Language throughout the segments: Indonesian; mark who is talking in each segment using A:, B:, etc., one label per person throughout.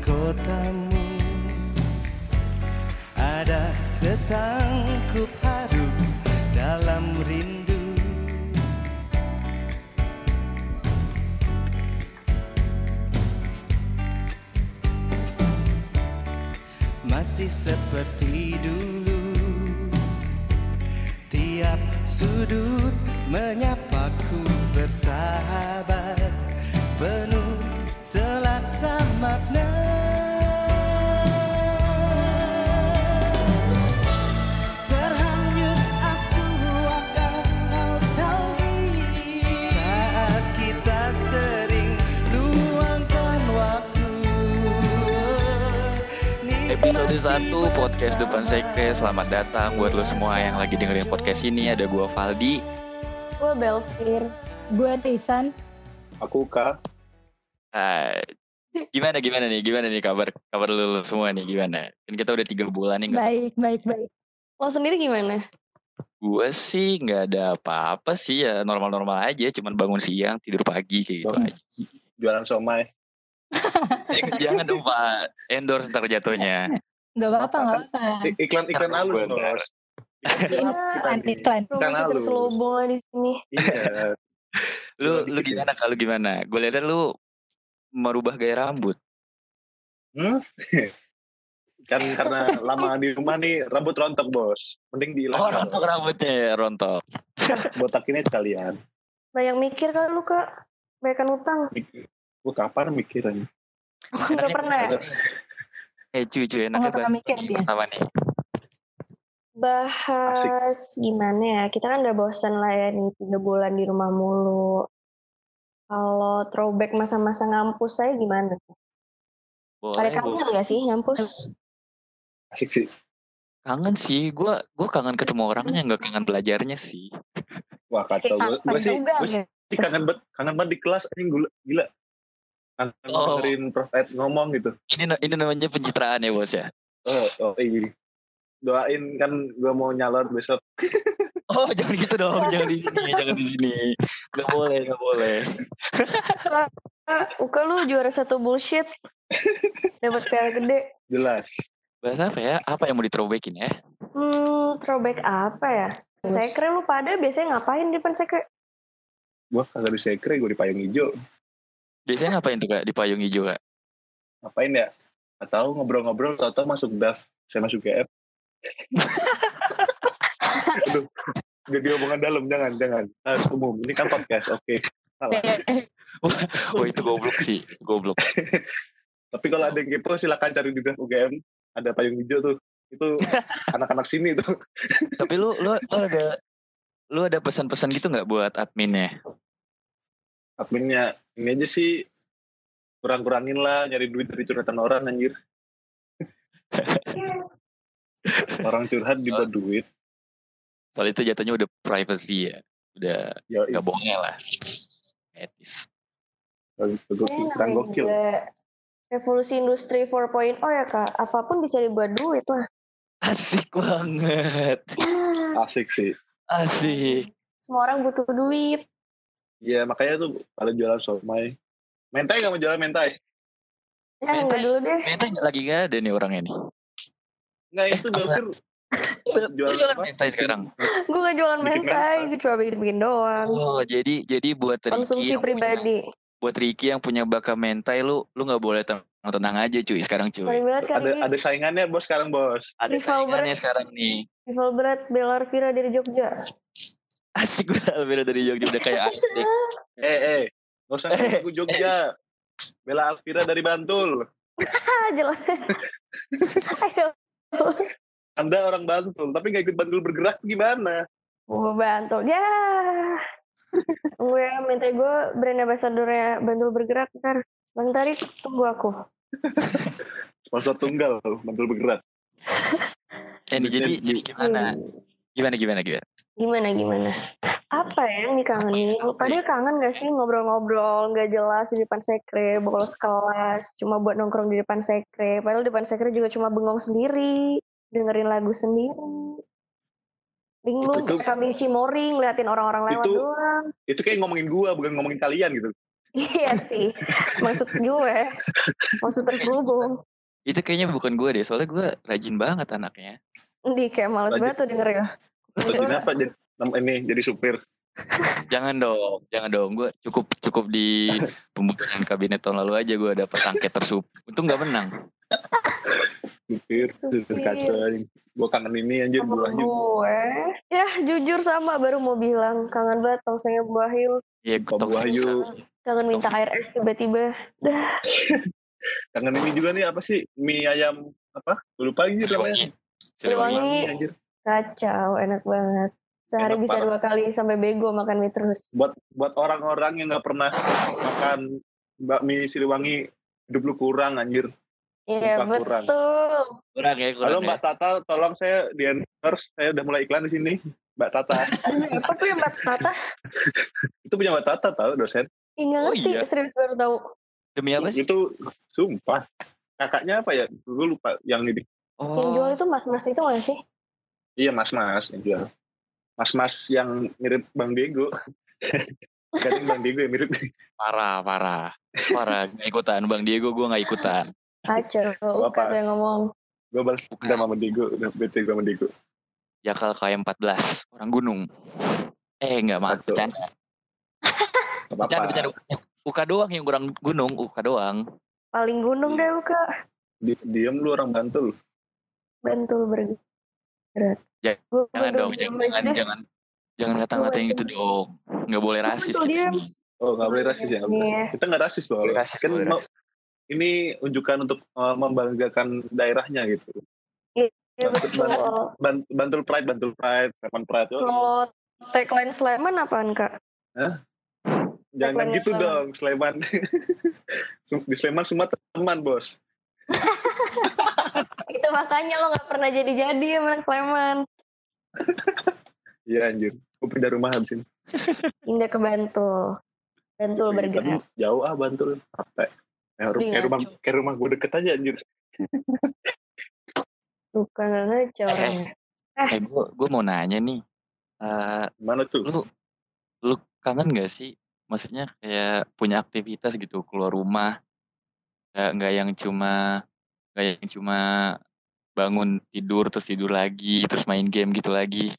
A: kotamu Ada setangkup haru dalam rindu Masih seperti dulu Tiap sudut menyapaku bersahabat Penuh selaksa makna Terhanyut aku akan nostalgia Saat kita sering luangkan waktu
B: Episode 1 podcast depan sekre. Selamat datang buat lo semua yang lagi dengerin podcast ini. Ada gua Valdi.
C: Gue Belvir. Gue Risan.
D: Aku Kak,
B: Ah, gimana gimana nih? Gimana nih kabar kabar lo semua nih gimana? Kan kita udah tiga bulan nih. nggak-
C: Baik, baik, baik.
E: Lo sendiri gimana?
B: Gua sih nggak ada apa-apa sih ya normal-normal aja. Cuman bangun siang tidur pagi kayak gitu
D: Dong.
B: aja.
D: jualan somai.
B: Jangan- Jangan dong pak endorse ntar jatuhnya.
C: Gak apa-apa, gak apa-apa. Iya,
D: I- Iklan-iklan
B: Ntar
D: halus,
B: gua ntar.
D: Nos. Iklan
C: Iklan,
D: halus kita
C: iklan.
D: Kan
E: Promosi
D: halus.
E: terus lobo di sini.
D: nih. Iya.
B: Lu
D: Dikit
B: lu
D: ya.
B: gimana kalau gimana? Gue lihat lu merubah gaya rambut.
D: Hmm? Kan karena lama di rumah nih rambut rontok bos. Mending
B: Oh
D: dihilangkan.
B: rontok rambutnya ya, rontok.
D: Botak ini sekalian.
E: Banyak mikir kan lu kak? Banyakan utang.
D: Gue kapan mikirin?
E: Gak pernah.
B: Iya. Eh cuy cuy enaknya
C: nggak pernah
B: bahas
C: mikir
B: ini
C: dia.
B: pertama nih.
E: Bahas gimana ya? Kita kan udah bosen lah ya nih tiga bulan di rumah mulu. Kalau throwback masa-masa ngampus saya gimana? Pada
B: Boleh, boleh.
E: kangen gak sih ngampus?
D: Asik sih.
B: kangen sih gue gue kangen ketemu
C: Hmm.
B: orangnya nggak kangen belajarnya sih
D: Wah kacau.
E: Kayak
D: Gue sih,
E: juga
D: gue sih
E: nggak?
D: kangen banget. Kangen banget di kelas. Ini gila. gila. Kangen
B: Oh.
D: dengerin Prof. Ed ngomong gitu.
B: ini na- ini namanya pencitraan ya bos ya
D: Oh, oh iya. Doain kan gue mau nyalon besok.
B: oh jangan gitu dong jangan di sini jangan di sini nggak boleh nggak boleh
E: Ah, Uka lu juara satu bullshit. Dapat piala gede.
D: Jelas.
B: bahas apa ya apa yang mau diterobekin ya
E: Hmm, throwback apa ya? Saya kira lu pada biasanya ngapain di depan sekre?
D: Gue kagak bisa kira gue di payung hijau.
B: biasanya ngapain tuh kak di payung hijau kak
D: ngapain ya atau ngobrol-ngobrol atau masuk DAF saya masuk GF aduh jadi omongan dalam jangan jangan harus umum ini kan podcast oke
C: Iya.
D: salah
C: eh,
B: oh itu goblok sih goblok
D: tapi kalau ada yang kepo silakan cari di DAF UGM ada payung hijau tuh itu anak-anak sini tuh
B: tapi lu lu, lu ada lu ada pesan-pesan gitu nggak buat adminnya
D: adminnya ini aja sih kurang-kurangin lah nyari duit dari curhatan orang anjir
E: "Iya,
D: orang curhat dibuat duit
B: soal itu jatuhnya udah privacy ya udah
D: ya
B: nggak bohongnya lah etis
E: Ini namanya
D: kurang gokil
E: Iya, juga Revolusi industri 4.0 ya kak, apapun bisa dibuat duit lah.
B: asik banget
D: asik sih
B: asik
E: Semua orang butuh duit.
D: Iya makanya tuh kalau jualan somai. Mentai gak mau jualan mentai?
E: Ya
B: Mental.
E: enggak dulu deh.
B: Meta lagi gak ada nih orangnya nih.
D: Enggak itu
B: apa?
D: dokter
B: Jualan,
D: Jualan
B: jualan
D: apa?
B: mentai sekarang.
E: Gue gak jualan
D: Bikin
E: mentai,
D: mental.
E: gue cuma bikin-bikin doang.
B: Oh, jadi jadi buat Ricky
E: Konsumsi
B: yang punya-
E: pribadi.
B: buat Ricky yang punya baka mentai lu lu nggak boleh tenang, tenang aja cuy sekarang cuy.
E: Sorry banget kali
D: ada
E: ini.
D: ada saingannya bos sekarang bos.
B: Ada
E: Rival
B: saingannya
E: berat.
B: sekarang nih.
E: Rival berat Bella Vira dari Jogja. Ya,
B: Asik gue beda dari Jogja udah kayak asik.
D: Eh eh nggak usah ngaku Jogja. Bella Alvira dari Bantul.
E: Ah jelas. Ayo.
D: Anda orang Bantul tapi nggak ikut Bantul bergerak gimana?
E: Gue bantul. Ya. Gue minta gue brand ambassadornya Bantul Bergerak ntar. Bang Tarik, tunggu aku.
D: Sponsor tunggal Bantul bergerak.
B: Eh, nih, jadi jadi gimana? Gimana gimana gimana?
E: gimana gimana apa ya yang dikangenin
B: Apa ya?
E: padahal kangen gak sih ngobrol-ngobrol nggak jelas di depan sekre bolos kelas cuma buat nongkrong di depan sekre padahal depan sekre juga cuma bengong sendiri dengerin lagu sendiri bingung
D: Itu-
E: kayak kambing cimori ngeliatin orang-orang lewat
D: Itu-
E: doang
D: Itu kayak ngomongin gua bukan ngomongin kalian gitu.
E: iya sih maksud gue maksud terselubung
B: Itu kayaknya bukan gue deh, soalnya gue rajin banget anaknya.
E: Di kayak males
D: Lanjut.
E: banget tuh ya. dengernya.
D: Rajin apa jadi nam- ini jadi supir.
B: Jangan dong, jangan dong. Gue cukup cukup di pembukaan kabinet tahun lalu aja gue dapat angket tersup. Untung nggak menang.
D: Supir,
E: Supir.
D: supir kacau anjing. Gua kangen ini anjir
E: Sama
D: buahnya.
E: gue. Ya jujur sama baru mau bilang kangen banget tongsengnya Bu Wahyu.
B: Iya,
D: Buka
B: toxic
D: buayu.
B: bisa.
E: Kangen minta air es tiba-tiba.
D: Kangen ini juga nih apa sih? Mie ayam apa? Gua lupa anjir namanya.
B: Siliwangi. Siliwangi.
E: Siliwangi.
D: Mie, anjir.
E: Kacau enak banget. Sehari
D: Enak
E: bisa dua kali sampai bego makan mie terus.
D: Buat buat orang-orang yang nggak pernah makan bakmi Siliwangi hidup lu kurang anjir.
E: Iya
D: Sumpah kurang.
E: betul.
B: Kurang ya, kurang
D: Halo
B: ya.
D: Mbak Tata, tolong saya di endorse. Saya udah mulai iklan di sini. Mbak Tata.
E: Apa tuh yang Mbak Tata?
D: itu punya Mbak Tata tahu dosen.
E: Ih, nggak
B: Oh,
E: ngerti
B: iya.
E: serius baru tahu.
B: Demi apa sih?
D: Itu sumpah. Kakaknya apa ya? Gue lupa yang ini.
E: Yang jual
B: Oh,
E: itu mas-mas itu nggak sih?
D: Iya mas-mas yang jual. Mas-mas yang mirip Bang Diego. Ganti Bang Diego yang mirip.
B: parah, parah. Parah, gak ikutan. Bang Diego gue gak ikutan.
E: Kacau. Uka
D: Apa?
E: tuh yang ngomong.
D: Gue balas dendam sama Diego. Udah bete gua sama Diego.
B: Jakal KM14, orang gunung. Eh, enggak, maaf.
D: Satu.
B: Bercanda,
D: Gak
B: bercanda,
D: apa-apa.
B: bercanda. Uka doang yang kurang gunung, Uka doang.
E: Paling
B: Hmm.
E: gunung deh Uka.
D: Di- Diem lu orang Bantul.
E: Bantul bergerak.
B: Ja-
E: Gua-
B: Ya,
E: gua
B: Jangan
E: udah
B: dong,
E: diem
B: jangan,
E: aja
B: jangan,
E: deh.
B: jangan. Jangan ngata-ngatain gitu dong. Nggak boleh rasis.
E: betul,
B: kita
E: dia-
B: ini.
D: Oh nggak boleh rasis ya. nggak boleh
E: Iya.
D: rasis. Kita nggak rasis loh.
B: Boleh rasis,
D: Kan
B: boleh
D: mau- ini unjukan untuk uh, membanggakan daerahnya gitu.
E: Iya betul.
D: Ban- Bantul Pride, Bantul Pride, Sleman Pride. Oh,
E: Kalau tagline Sleman apaan kak?
D: jangan
E: Sleman,
D: gitu
E: Sleman.
D: dong, Sleman. Sem- Di Sleman semua teman, Bos.
E: Itu makanya lo nggak pernah jadi-jadi sama anak Sleman.
D: Iya anjir. Gue pindah rumah habis ini.
E: Pindah ke Bantul. Bantul
B: Iya,
D: Tapi
E: bergerak. Iya,
D: jauh ah Bantul. Capek. Kayak ru-
E: Ih,
D: kayak rumah
E: ngaco.
D: kayak rumah gue deket aja anjir.
E: Bukan nggak ngaco
B: Eh,
E: orangnya.
B: Eh, gue gue mau nanya nih. Eh,
D: Mana tuh?
B: lu lu kangen gak sih? Maksudnya kayak punya aktivitas gitu, keluar rumah. Nggak, nggak yang cuma nggak yang cuma bangun tidur terus tidur lagi terus main game gitu lagi.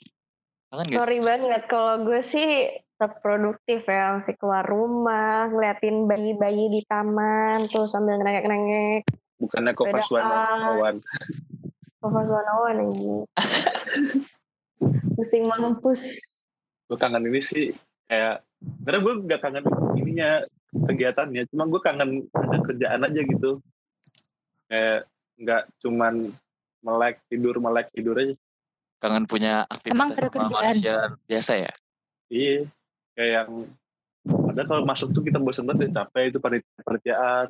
B: Kangen
D: gitu.
B: gak?
E: Sorry banget kalau gue sih tetap produktif ya masih keluar rumah ngeliatin bayi-bayi di taman tuh sambil nengek-nengek
D: Bukannya kau
E: Bedaan.
D: kawan.
E: Bapak Sonawan ini pusing mampus
D: Gue kangen ini sih kayak karena gue gak kangen ininya kegiatannya, cuma gue kangen ada kerjaan aja gitu. Kayak nggak cuman melek tidur melek tidur aja.
B: kangen punya aktivitas
C: Emang ada
B: sama
C: kerjaan?
B: manusia biasa ya
D: Iya, kayak yang ada kalau masuk tuh kita bosan banget ya, capek itu panitia- panitiaan.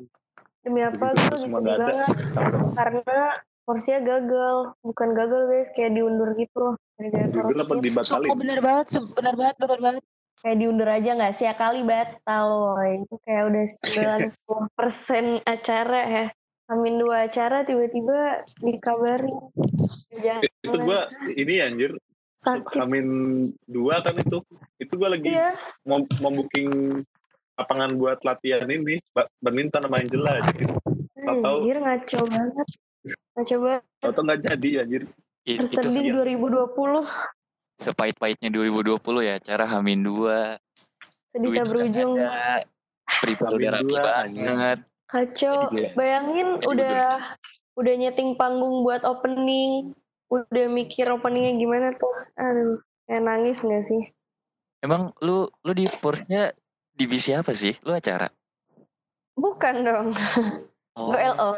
E: Demi apa gue
D: Begitu Gitu, semua
E: sedih
D: nggak ada.
E: banget
D: Capek.
E: karena porsinya gagal, bukan gagal guys, kayak diundur gitu loh. Gara-gara
D: Judul apa
E: korupsi.
D: dibatalin?
C: Sumpah bener banget, sumpah bener banget, bener banget.
E: Kayak diundur aja nggak sih, ya kali batal loh. Itu kayak udah 90% acara ya. Amin dua acara tiba-tiba dikabarin. Jangan
D: Itu gue ini anjir,
E: sakit
D: Amin dua kan itu. Itu gue lagi
E: ya.
D: mau, mau booking lapangan buat latihan ini, ba- badminton sama Angela. Jadi Tahu-tahu.
E: Anjir ngaco banget. Ngaco banget.
D: Toto nggak jadi anjir.
B: It- itu
E: Tersedih
D: sedih.
E: 2020.
B: sepahit-pahitnya 2020 ya cara Hamin 2
E: Sedih tak berujung.
B: ada prepare
D: Hamin
B: udah rapi
D: dua,
B: banget
E: Kacau,
D: Jadi gila.
E: bayangin
B: Jadi
E: udah udah nyeting panggung buat opening, udah mikir openingnya gimana tuh. Aduh, kayak nangis gak sih?
B: emang lu lu di force-nya divisi apa sih lu acara
E: Bukan dong,
B: oh
E: gue LO.
B: oh,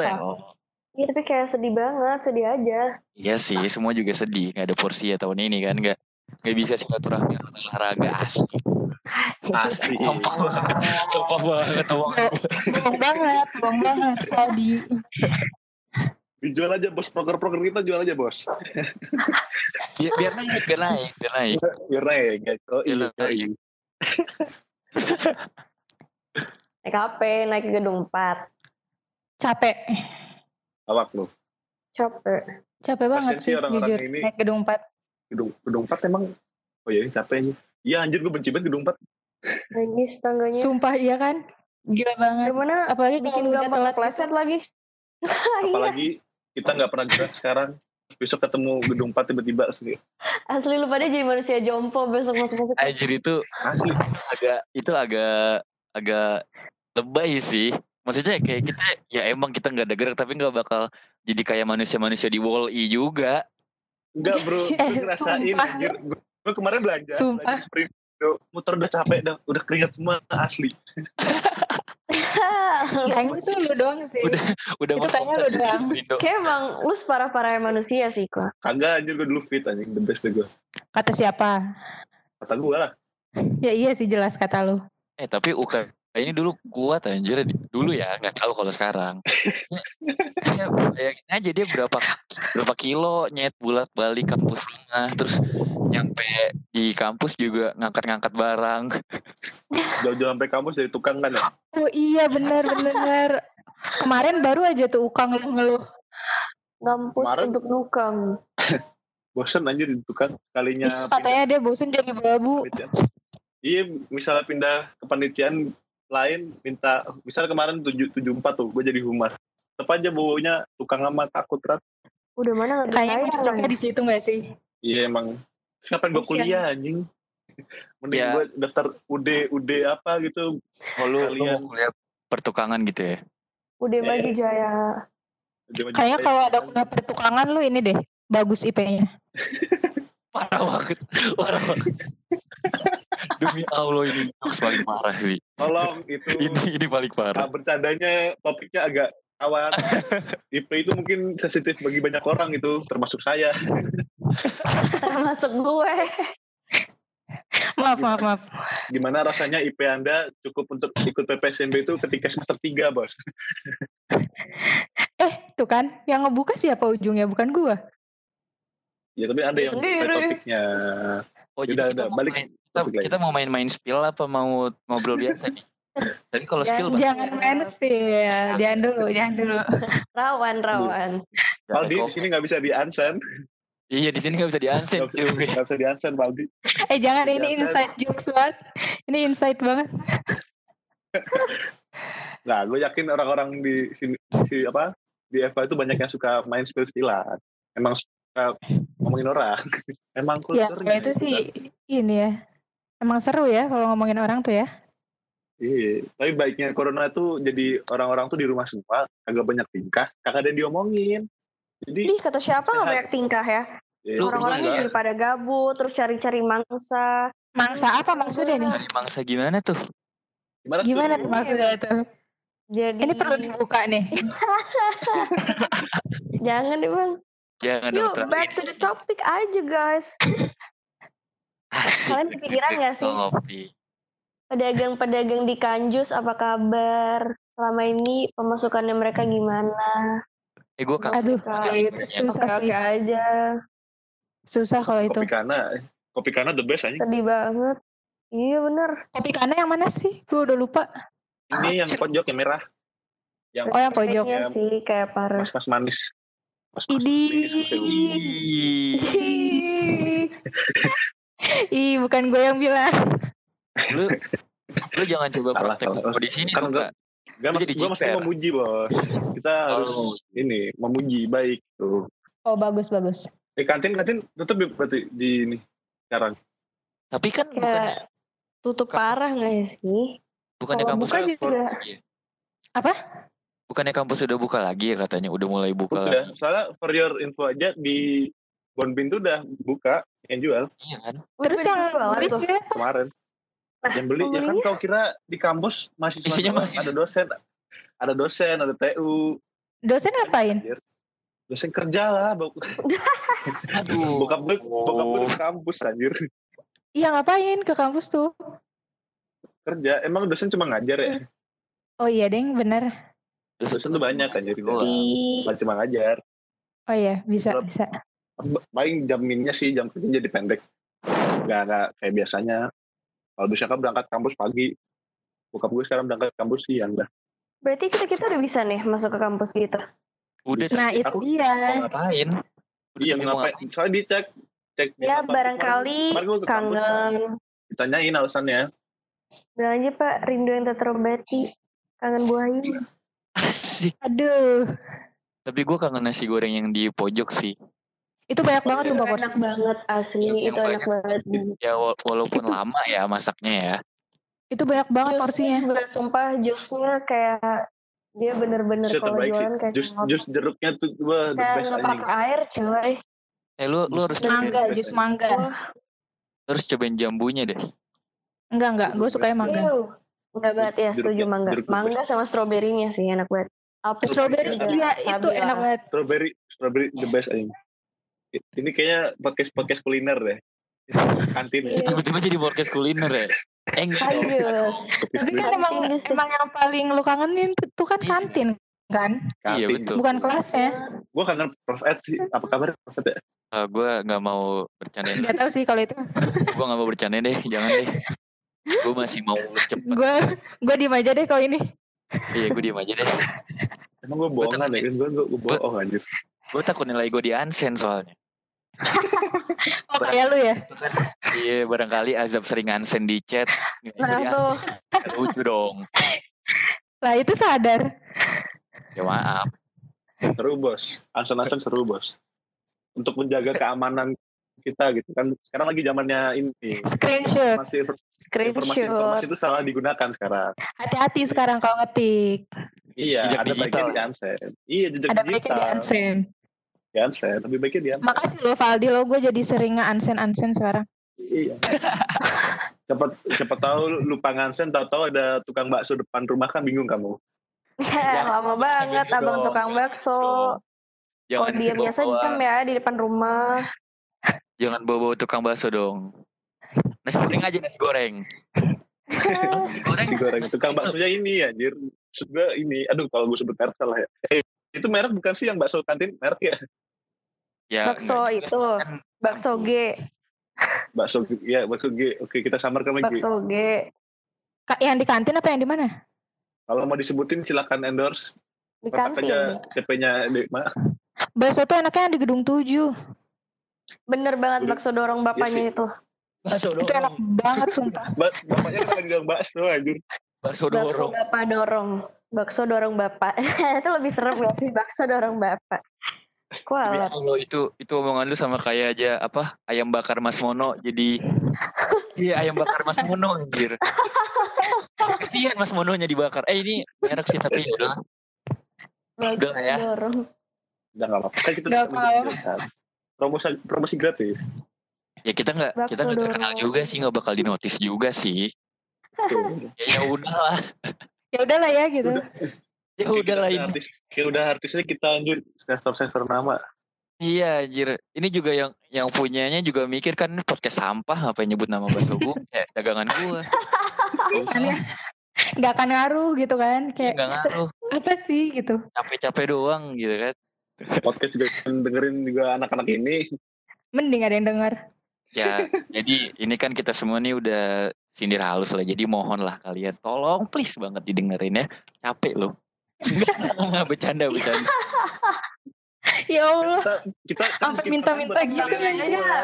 B: lu LO.
E: Iya, tapi kayak sedih banget, sedih aja.
B: iya sih semua juga sedih nggak ada porsi ya tahun ini kan nggak nggak bisa silaturahmi karena olahraga asik
E: Asik.
B: asik sumpah banget. sumpah banget Wong.
C: Bohong banget, bohong banget tadi.
D: Dijual aja bos, proker-proker kita jual aja bos.
B: Bi- Iya, biar naik biar naik biar naik
D: Biar naik, guys. Oh iya,
B: Iya,
D: iya.
E: Naik HP, naik ke gedung 4.
C: Capek,
D: Awak lu.
E: Capek.
C: capek banget sih
D: Persensi orang-orang
C: jujur.
D: ini.
C: Naik gedung 4.
D: Gedung, gedung 4 emang, oh iya capek aja. Iya anjir gue benci banget gedung
C: Oh,
D: 4.
E: Lagi tangganya.
C: Sumpah iya kan? Gila banget.
E: Dari mana
C: Apalagi kalau
E: bikin
C: udah
E: gampang
C: telat
E: kepleset lagi.
C: iya.
D: apalagi kita nggak pernah gerak sekarang besok ketemu gedung 4 tiba-tiba asli
E: Asli lu pada jadi manusia jompo besok masuk-masuk.
D: Eh,
B: Anjir itu
D: asli
B: agak itu agak agak lebay sih. Maksudnya kayak kita ya emang kita nggak ada gerak tapi nggak bakal jadi kayak manusia-manusia di wall E juga.
D: enggak bro
E: Eh,
D: gue ngerasain
C: Iya, sumpah.
D: anjir gue, gue kemarin belanja
C: Sumpah.
D: belanja sprint Duh, motor udah capek dah udah keringat semua asli
C: Kayaknya itu lu doang sih.
B: Udah, Udah
C: Itu
B: mas
C: kayaknya
B: konser
C: lu doang.
B: Indo.
E: Kayak emang lu separah-parah manusia sih kok.
D: kagak anjir gue dulu fit anjing the best deh gue
C: Kata siapa?
D: kata gue lah
C: Ya iya sih jelas kata lu.
B: Eh tapi UK ini dulu kuat anjir dulu ya nggak tahu kalau sekarang. Ya, bayangin aja dia berapa berapa kilo nyet bulat balik kampus rumah terus nyampe di kampus juga ngangkat-ngangkat barang.
D: jauh-jauh sampai kampus dari tukang kan ya
C: Oh iya bener bener. Kemarin baru aja tuh Ukang ngeluh.
E: Ngampus
D: Kemarin-
E: untuk nukang.
D: bosen anjir kan di tukang kalinya
C: Katanya dia bosen jadi babu.
D: penelitian. Iya, misalnya pindah ke penelitian lain, minta misalnya kemarin tujuh tujuh empat tuh, gue jadi humas. Tetap aja baunya tukang lama takut rat.
E: Udah mana nggak
C: Kayaknya emang
E: bisa
C: cocoknya di situ gak sih?
D: Iya emang. Terus ngapain gue
E: Kasian.
D: kuliah anjing? Mending
B: Ya.
D: gue daftar UD UD apa gitu.
B: Kalau Oh, lu mau
D: Kalian.
B: kuliah pertukangan gitu ya.
E: Udah
D: Eh.
E: maju jaya.
C: Kayaknya kalau ada kuda pertukangan lu ini deh. Bagus IP-nya.
B: Parah banget. Parah banget. Demi Allah ini jokes paling parah sih.
D: Tolong itu
B: Ini ini paling
D: ah,
B: parah.
D: bercandanya topiknya agak awan. IP itu mungkin sensitif bagi banyak orang itu, termasuk saya.
E: Termasuk gue.
C: Maaf maaf maaf.
D: Gimana rasanya IP Anda cukup untuk ikut PPSMB itu ketika semester 3, Bos?
C: Eh tuh kan yang ngebuka siapa ujungnya bukan gua.
D: Ya tapi ada
E: Ya
D: yang mulai
E: sendiri.
D: topiknya.
B: Oh
D: Yaudah,
B: jadi kita
D: udah,
B: mau
D: balik
B: main, kita,
D: topik lain.
B: kita mau main-main spill apa mau ngobrol biasa nih? Tapi kalau
E: Jangan-
B: spill Bang,
C: Jangan main spill. Jangan dulu jangan dulu.
E: Rawan rawan.
B: jangan
D: Aldi di
B: komen.
D: sini nggak bisa di unsen,
B: Iya di sini nggak bisa di-unsend
D: nggak bisa, nggak bisa di unsen Pak Aldi.
C: Eh jangan ini
D: Jangan.
C: inside jokes banget. Ini inside banget.
D: Nah, gue yakin orang-orang di sini si apa di FA itu banyak yang suka main spill spillan. Emang suka ngomongin orang. Emang
C: Ya
D: kulturnya.
C: kalau itu
D: gitu
C: sih
D: kan.
C: ini ya. Emang seru ya kalau ngomongin orang tuh ya.
D: Iya. Tapi baiknya corona tuh jadi orang-orang tuh di rumah semua, agak banyak tingkah, kagak ada yang diomongin. Jadi
E: Ih kata siapa nggak
D: Sehat.
E: banyak tingkah ya?
D: ya,
B: Lu-
E: Orang-orangnya
B: enggak.
E: jadi pada gabut, terus cari-cari mangsa.
C: Mangsa apa maksudnya nih?
B: Cari mangsa gimana tuh?
D: gimana,
C: Gimana
D: tuh?
C: tuh maksudnya tuh?
E: Jadi
C: Ini perlu dibuka nih.
E: jangan deh bang.
B: Jangan dong,
E: Yuk
B: terlalu
E: back to the
B: insecure.
E: topic aja guys.
B: Asik. Oh,
E: Kalian kepikiran nggak sih?
B: Topi.
E: Pedagang-pedagang di Kanjus apa kabar? Selama ini pemasukannya mereka gimana?
B: Eh gue kangen
C: Aduh,
E: Suka. gitu,
B: banget
C: itu
B: sebenarnya.
C: susah
E: Oke-oke
C: sih.
E: aja.
C: Susah kalau itu.
D: Kopi kana, eh. kopi kana the best anjing.
E: Sedih banget. Iya bener.
C: Kopi kana yang mana sih? Gue udah lupa.
D: Ini yang pojok yang merah,
C: Oh yang pojok.
E: Kayaknya
D: Ya.
E: sih kayak parah.
D: mas-mas manis.
C: Idi.
D: Mas-mas manis, maksudnya gue.
B: Ih,
C: Ih, bukan gue yang bilang.
B: lu lu jangan coba
D: Salah,
B: praktek
D: salah.
B: Oh, di sini
D: Kan
B: tuh
D: enggak.
B: Kak.
D: Gak
B: Lu
D: maksud
B: jadi
D: gue maksudnya
B: jiper.
D: memuji bos. Kita harus
B: Oh.
D: ini memuji baik tuh.
C: Oh bagus bagus.
D: Di kantin kantin tutup ya berarti di ini sekarang.
B: tapi kan bukannya
E: Kayak tutup
B: kampus.
E: parah nggak ya sih?
B: bukannya
E: kalau
B: kampus
E: buka
B: udah buka
E: juga.
B: lagi ya?
C: Apa?
B: bukannya kampus udah buka lagi ya katanya udah mulai buka
D: Udah.
B: lagi
D: Soalnya for your info aja di Bon Bin tuh udah buka yang jual
B: iya kan
C: Terus yang beli siapa?
D: kemarin. Yang beli ya kan kau kira di kampus masih
B: Isinya mahasiswa.
D: ada dosen, ada dosen, ada TU,
C: Dosen ngapain?
D: anjir. dosen kerja lah, bok-
B: aduh
D: bokap gue, bokap gue di kampus anjir
C: Iya ngapain ke kampus tuh?
D: kerja. Emang dosen cuma ngajar ya?
C: Oh iya deng bener.
D: Dosen tuh banyak anjir di daerah. Bukan cuma ngajar.
C: Oh iya bisa
D: Berapa?
C: bisa.
D: Ba- paling jaminnya sih jam kerja jadi pendek nggak nggak kayak biasanya kalau biasanya kan berangkat kampus pagi bokap gue sekarang berangkat kampus siang dah
E: Berarti kita kita udah bisa nih masuk ke kampus gitu.
B: udah
D: Bisa.
B: tapi
C: Nah itu
B: mau
D: Aku-
C: dia.
B: ngapain udah
D: iya
B: tapi
D: mau ngapain soalnya dicek cek
E: Ya
D: apa.
E: barangkali
D: Kemarin gue ke kampus,
E: kangen.
D: ditanyain alasannya
E: Bilang aja Pak, rindu yang tak terobati. Kangen buah ini.
B: asik
C: Aduh.
B: Tapi gue kangen nasi goreng yang di pojok sih.
C: Itu banyak banget
E: Itu
C: sumpah porsi. Oh, iya,
E: enak banget asli
B: Yang- yang
E: itu enak banget
B: Ya wa- walaupun lama ya masaknya ya.
C: Itu banyak banget
E: Jusnya
C: porsinya.
E: juga sumpah jusnya kayak dia bener-bener
D: Jus
E: kalau
D: terbaik sih.
E: jualan kayak Iya,
D: Jus,
E: nggak-
D: jus jeruknya tuh wah the
E: kayak
D: best
E: nggak
D: anjing.
E: pakai air coy
B: Eh lu lu harus
D: Nah,
E: Iya.
B: cobain,
D: enggak.
C: Mangga, jus mangga.
B: harus cobain jambunya deh.
E: Iya.
C: Enggak, enggak. Gue sukanya mangga.
E: Ew. iya. Enggak banget ya
D: Jeruk-
E: setuju
D: jeruk-
E: mangga
D: jeruk the
E: mangga sama stroberinya sih enak banget apel
C: Strawberry,
E: juga,
C: iya
E: sabi
C: itu
E: lah.
C: enak banget.
D: Strawberry, strawberry the best anjing. Ini kayaknya podcast podcast kuliner deh. Kantin.
E: Iya.
D: ya.
E: Yes.
B: Tiba-tiba jadi podcast kuliner ya. Eh enggak dong.
E: Hagus.
D: Podcast
C: Tapi kan
D: kuliner.
E: Kantin
C: emang
E: bisa.
C: emang yang paling lu kangenin tuh- tuh kan
B: Iya.
C: kantin kan,
B: Iya
D: Kantin.
B: betul.
C: bukan kelasnya.
D: Gue kangen Prof Ed sih. Apa kabar Prof Ed ya?
B: gue Eh, nggak mau bercandain.
C: Gak tahu sih kalau itu.
B: gue nggak mau bercandain deh. Jangan deh. Gue masih mau lulus cepet.
C: Gue gue diem aja deh kalau ini.
B: Iya gue diem aja deh.
D: Emang gue bohongan ya kan? Gue gue bohong anjir.
B: Gue takut nilai gue di Ansen soalnya.
C: Oh kayak lu ya.
E: kan.
B: Iya barangkali Azab sering Ansen di chat. Nilai gua di
E: Nah
D: Iya.
E: tuh
B: Ansen, Lucu dong.
C: Lah itu sadar.
B: Ya maaf.
E: Oh,
D: Seru bos. Asan-asan seru bos. Untuk menjaga keamanan kita gitu kan. Sekarang lagi zamannya ini.
C: Screenshot.
D: Masih informasi-informasi
E: screenshot
D: itu salah digunakan sekarang.
C: Hati-hati sekarang kalau ngetik.
D: Iya,
B: Jejak
D: ada baiknya
B: digital.
D: di Ansen. Iya, jejak
C: Ada baiknya
D: digital.
C: di unsend.
D: Di Ansen. Lebih baiknya di Ansen.
C: Makasih lo Valdi lo gue jadi sering nge-unsend unsend sekarang.
D: Iya. Siapa, siapa tahu lupa ngansen, tahu-tahu ada tukang bakso depan rumah kan bingung kamu.
E: Ya, lama banget
B: Jangan
E: abang
B: dong,
E: tukang
B: jangan
E: bakso.
D: Iya,
E: Kalau dia
B: bawa-bawa-
E: biasa diam ya di depan rumah.
B: Jangan bawa-bawa tukang bakso dong. Nasi goreng aja nasi goreng. Nasi goreng.
D: Si goreng tukang baksonya ini anjir. Maksud gue ini, aduh kalau gue sebut merek salah ya. Eh, itu merek bukan sih yang bakso kantin merek ya?
B: Ya,
E: bakso
B: enggak juga.
E: itu,
B: Kan-
E: bakso G,
D: Bakso ya bakso G. Oke, kita samarkan lagi.
E: bakso G.
C: Ka- Yang di kantin apa yang di mana?
D: Kalau mau disebutin silakan endorse.
E: Di
D: Letak
E: kantin.
D: aja CP-nya di mana?
C: Bakso tuh enaknya yang di gedung 7.
E: Bener banget
D: Udah.
E: bakso dorong
D: Iya
E: bapaknya itu.
B: Bakso
C: Itu enak banget sumpah.
D: Ba- Bapaknya kan di bakso anjir.
B: Bakso
E: Bakso
B: dorong.
E: bapak dorong. Bakso dorong bapak. itu lebih serem gak sih bakso dorong bapak?
B: Ya
E: Kualat.
B: Allah itu itu omongan lu sama kayak aja apa ayam bakar Mas Mono jadi iya ayam bakar Mas Mono anjir. Kesian Mas Mononya dibakar. Eh ini merek sih tapi ya udah
E: Bakso
B: Udah ya.
E: dorong.
D: Udah enggak apa-apa. Kan kita
C: Nggak
D: tetap menjaga. Promosi promosi gratis.
B: ya kita nggak kita
E: Bakso
B: nggak terkenal
E: dorong.
B: juga sih nggak bakal dinotis juga sih.
D: Tuh.
B: Ya ya udahlah.
C: Ya udahlah ya gitu.
B: Ya
D: Kayak
B: udahlah
D: kita
B: ini.
D: Artis, kayak udah artisnya kita anjir sensor-sensor nama.
B: Iya anjir. Ini juga yang yang punyanya juga mikir kan ini podcast sampah ngapain nyebut nama bakso gua eh, dagangan gua. Gak usah
C: ya?
B: lah,
C: Gak akan ngaruh gitu
B: ya
C: kan. Kayak
B: nggak ngaruh.
C: apa sih gitu.
B: Capek-capek doang gitu kan.
D: Podcast juga dengerin juga anak-anak ini.
C: Mending ada yang denger.
B: Ya, jadi ini kan kita semua nih udah sindir halus lah. Jadi mohonlah kalian tolong please banget didengerin ya. Capek loh. Enggak, enggak, enggak, bercanda, bercanda.
C: Ya Allah.
D: Kita kita kita
C: Sampai
D: bikin
C: minta-minta
D: podcast buat
C: gitu
D: kalian
E: ya.
D: semua.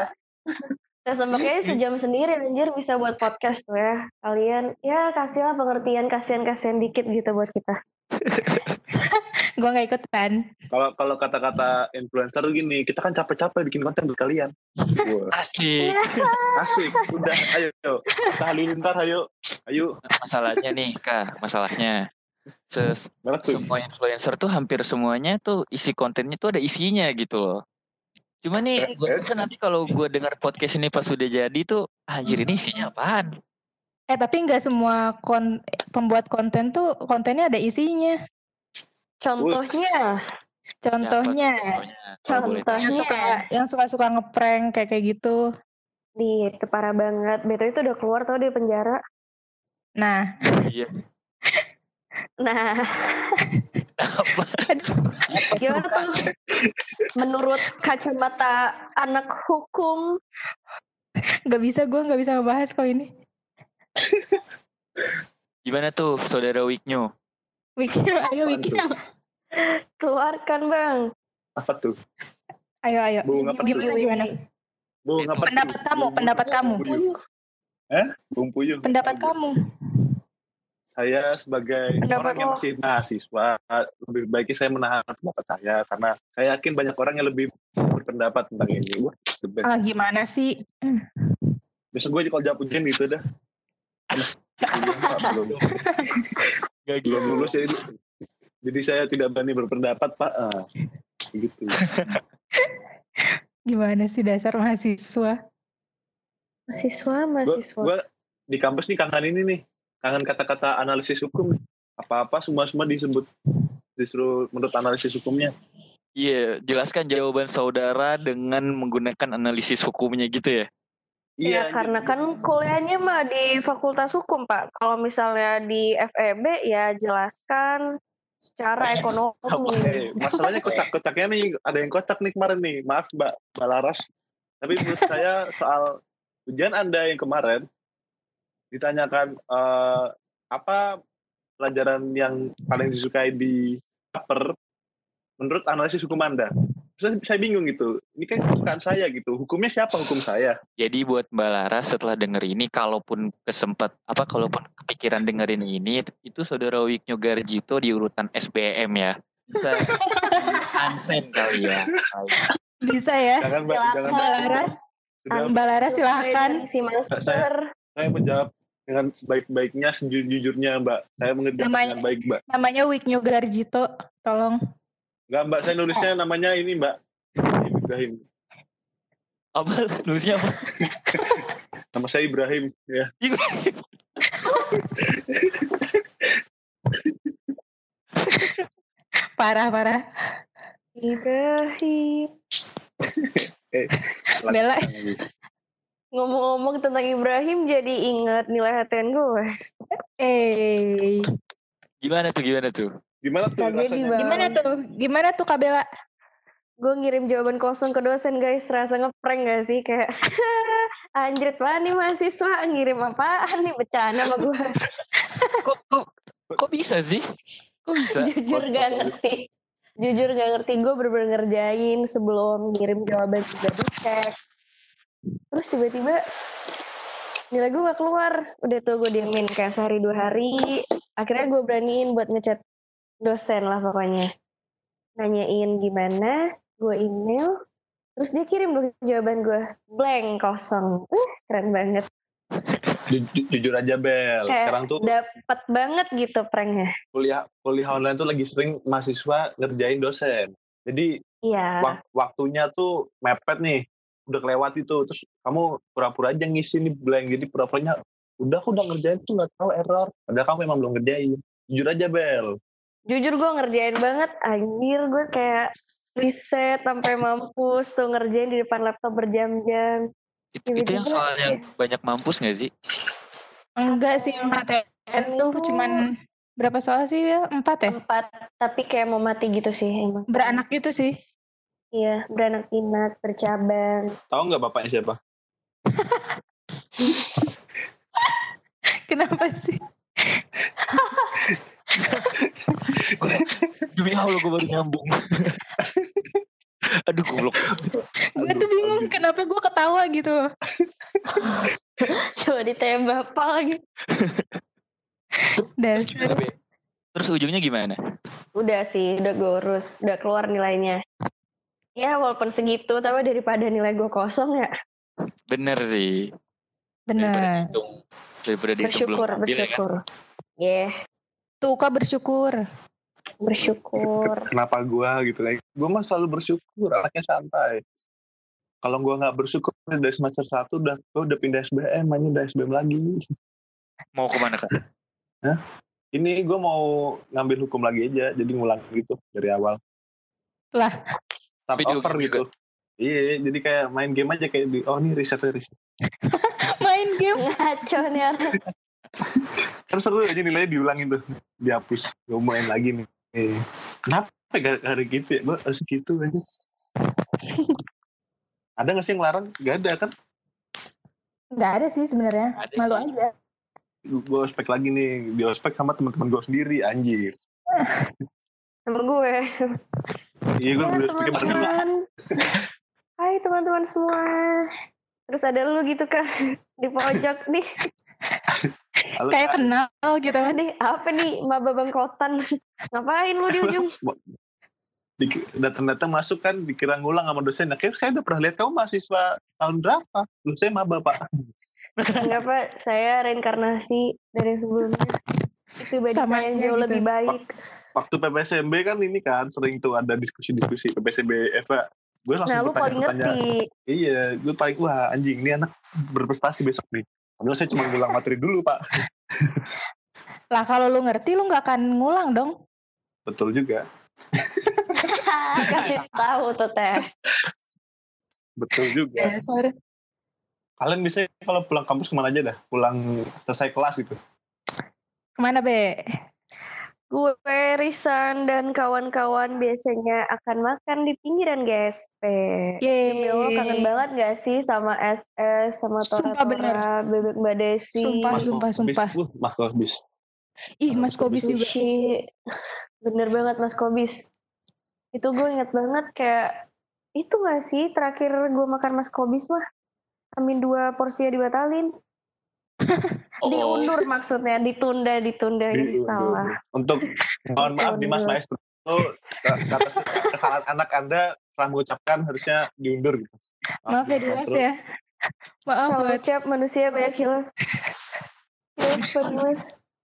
E: Nah, sembaknya sejam sendiri anjir bisa buat podcast tuh ya. Kalian ya kasihlah pengertian kasihan-kasihan dikit gitu buat kita.
C: Gue gak ikut kan.
D: Kalau kalau kata-kata influencer tuh gini, kita kan capek-capek bikin konten buat kalian. Wah,
B: Asik.
D: asik. Udah, ayo. ayo. Tahlilin ntar, ayo. Ayo.
B: Nah, Masalahnya nih, Kak, masalahnya. Ses-
D: Mana tuh?
B: semua influencer tuh hampir semuanya tuh isi kontennya tuh ada isinya gitu loh. Cuma nih gue rasa nanti kalau gue dengar podcast ini pas udah jadi tuh anjir ini isinya apaan?
C: Eh tapi gak semua kon- pembuat konten tuh kontennya ada isinya.
E: Contohnya,
C: Contohnya.
B: Kalau boleh tahu.
E: Contohnya.
C: Yang suka yang suka-suka ngeprank kayak kayak gitu.
E: di itu parah banget. Beto itu udah keluar tau dari penjara.
C: Nah,
B: Iya.
E: Nah,
B: Apa?
E: Gimana tuh? Menurut kacamata anak hukum,
C: nggak bisa gue nggak bisa ngebahas kalau ini.
B: Gimana tuh saudara Wiknyo?
C: Wiki, ayo Wiki,
E: keluarkan bang.
D: Apa tuh?
C: ayo ayo.
D: Bung, apa
C: Gimana
D: tuh?
C: gimana?
D: Bung, apa tuh? ya,
C: Pendapat kamu,
D: Bung-
C: pendapat kamu,
D: Bung Puyuh. Bung Puyuh.
C: pendapat kamu.
D: ya. saya sebagai
E: Pendapat
D: orang yang
E: lo.
D: masih mahasiswa lebih baiknya saya menahan pendapat saya karena saya yakin banyak orang yang lebih berpendapat tentang ini. Wah, the best.
C: Ah gimana sih?
D: Besok gue kalau jawab ujian gitu dah. Nah, iya, Pak, belum.
B: Gak
D: belum lulus jadi jadi saya tidak berani berpendapat pak Ah, gitu
C: Gimana sih dasar mahasiswa?
E: mahasiswa
D: Gua- iya,
E: mahasiswa
D: gua di kampus nih kangen ini nih kangen kata-kata analisis hukum apa apa semua semua disebut disuruh menurut analisis hukumnya
B: Iya, jelaskan jawaban saudara dengan menggunakan analisis hukumnya gitu ya.
E: ya karena
D: jadi-
E: kan kuliahnya mah di fakultas hukum pak kalau misalnya di FEB ya jelaskan secara ekonomi
D: Eh, masalahnya kocak-kocaknya nih ada yang kocak nih kemarin nih maaf mbak mbak Laras tapi menurut saya soal ujian anda yang kemarin ditanyakan eh, apa pelajaran yang paling disukai di paper menurut analisis hukum anda Terus saya bingung gitu ini kan kesukaan saya gitu hukumnya siapa hukum saya
B: Jadi buat Mbak Lara setelah denger ini, kalaupun kesempat apa kalaupun kepikiran dengerin ini, itu saudara Wiknyo Garjito di urutan SBM ya. Bisa unsend kali ya.
C: Bisa ya?
D: jangan mbak jangan
C: Mbak
E: Silakan.
C: Laras,
D: sudah
C: Mbak Laras silahkan.
E: si master
D: saya menjawab dengan sebaik-baiknya sejujurnya mbak saya mengerjakan
C: Namanya-
D: dengan baik mbak
C: Namanya Wiknyo Garjito, tolong.
D: Enggak mbak, saya nulisnya
C: Eh.
D: namanya ini mbak. Ibrahim.
B: Apa nulisnya apa?
D: Nama saya Ibrahim. Ya.
C: Parah, parah.
E: Ibrahim
C: Bella.
E: ngomong-ngomong tentang Ibrahim jadi ingat nilai HTN gue
C: Eh,
B: Gimana tuh gimana tuh?
D: Gimana tuh
E: Tragedi,
D: rasanya?
E: Mbak.
C: gimana tuh? Gimana tuh Kak Bella?
E: gue ngirim jawaban kosong ke dosen guys rasa ngeprank gak sih kayak anjrit lah nih mahasiswa ngirim apaan nih bercanda sama gue
B: Kok kok kok bisa sih? Kok bisa?
E: jujur gak ngerti jujur gak ngerti gue bener-bener ngerjain sebelum ngirim jawaban juga dicek terus tiba-tiba nilai gue gak keluar udah tuh gue diemin kayak sehari dua hari akhirnya gue beraniin buat ngechat dosen lah pokoknya nanyain gimana gue email terus dia kirim dong jawaban gue blank kosong uh, keren banget
D: Ju- ju- jujur aja
C: Eh.
D: Bel.
E: Kayak
D: Sekarang tuh
E: dapet banget gitu pranknya
D: kuliah kuliah online tuh lagi sering mahasiswa ngerjain dosen. Jadi
C: Eh.
E: iya
D: wak- waktunya tuh mepet nih. Udah kelewat itu. Terus kamu pura-pura aja ngisi nih blank. Jadi pura-puranya udah aku udah ngerjain tuh nggak tahu error. Padahal kamu emang belum ngerjain. Jujur aja Bel.
E: jujur gue ngerjain banget anjir gue kayak riset sampai mampus tuh ngerjain di depan laptop berjam-jam
B: Itu, itu yang
E: Tiba-tiba,
B: soal yang banyak mampus gak sih?
C: Enggak sih yang HTN tuh cuman berapa soal sih? Bel? Empat ya?
E: empat tapi kayak mau mati gitu sih emang
C: Beranak gitu sih.
E: iya beranak pinak bercabang
D: Tahu nggak bapaknya siapa?
C: Kenapa sih?
B: Demi Allah gue baru nyambung. Aduh goblok.
C: Gue
D: Aduh,
C: tuh bingung
D: aduh.
C: kenapa gue ketawa gitu loh.
E: coba ditembak apa lagi
B: Terus gimana,
C: Dasar.
B: Be? Terus ujungnya gimana?
E: udah sih udah gue urus udah keluar nilainya ya walaupun segitu tapi daripada nilai gue kosong ya
B: Bener sih. Daripada
C: Benar.
B: dihitung. Daripada dihitung belum
E: bersyukur
B: ambil ya kan?
E: bersyukur ya
C: Tuh Kak bersyukur.
E: bersyukur
D: kenapa gua gitu kayak gue mah selalu bersyukur anaknya santai kalau gua nggak bersyukur dari semester satu udah gua udah pindah SBM hanya udah SBM lagi
B: Mau kemana kak?
D: ini gua mau ngambil hukum lagi aja jadi ngulang gitu dari awal
C: Lah.
D: start
B: Video
D: over
B: game
D: gitu iya jadi kayak main game aja kayak di oh ini riset riset
C: Main game.
E: ngaco nih anak.
D: kan seru aja nilainya diulangin tuh dihapus gue main lagi nih eh, kenapa gak ada gitu ya Gua harus gitu aja ada gak sih yang larang gak ada kan
C: Enggak ada sih sebenarnya.
B: Ada
C: Malu
B: sih.
C: aja.
D: gue ospek lagi nih di ospek sama teman-teman gue sendiri anjir
E: sama gue
D: iya gue
E: Ya,
D: udah ospeknya bareng
E: teman-teman. Hai teman-teman semua. Terus ada lu gitu kak di pojok nih.
D: Halo,
C: Kayak
D: Kak.
C: kenal gitu kan.
E: Nih, apa nih maba bangkotan? Ngapain lu di ujung?
D: Di- datang-datang masuk kan dikira ngulang sama dosen. Nah, kayak saya udah pernah lihat kamu mahasiswa tahun berapa? Lu saya maba pak.
E: Enggak pak, saya reinkarnasi dari yang sebelumnya. Pribadi
C: Sama
E: saya yang
C: aja
E: jauh
C: gitu.
E: lebih baik.
D: Waktu PPSMB kan ini kan sering tuh ada diskusi-diskusi PPSMB Eva. Gue
E: Nah
D: langsung
E: lu paling
D: bertanya-tanya.
E: ngerti.
D: Iya, gue paling wah anjing ini anak berprestasi besok nih. Padahal saya cuma ngulang materi dulu pak.
C: Lah kalau lu ngerti lu nggak akan ngulang dong.
D: Betul juga,
E: Kasih tahu tuh teh.
D: betul juga.
C: Dasar.
D: Kalian biasanya kalau pulang kampus kemana aja dah? Pulang selesai kelas gitu.
C: Kemana be?
E: Gue, Risan, dan kawan-kawan biasanya akan makan di pinggiran GSP. Ya
C: Yeay.
E: Allah, kangen banget gak sih sama SS, sama Tora
C: Iya. Sumpah, bener.
E: Tora, Bebek Mbak Desi,
C: Sumpah,
D: Mas
C: sumpah,
D: Kobis,
C: sumpah.
D: Wah, mas Kobis.
C: Ih Mas Kobis juga.
E: Sushi. Bener banget Mas Kobis. Itu gue inget banget kayak, itu gak sih terakhir gue makan Mas Kobis mah? Amin dua porsinya dibatalin.
B: Oh,
E: Diundur maksudnya, ditunda, ditunda. ya,
D: Di-
E: salah.
D: Untuk mohon maaf
E: Undur.
D: Dimas Maestro atas kesalahan anak Anda telah mengucapkan harusnya diundur gitu.
C: Maaf ya Dimas ya. Maaf
E: Salah
C: buat
E: ucap manusia banyak hilaf. Ya, Pak Dimas.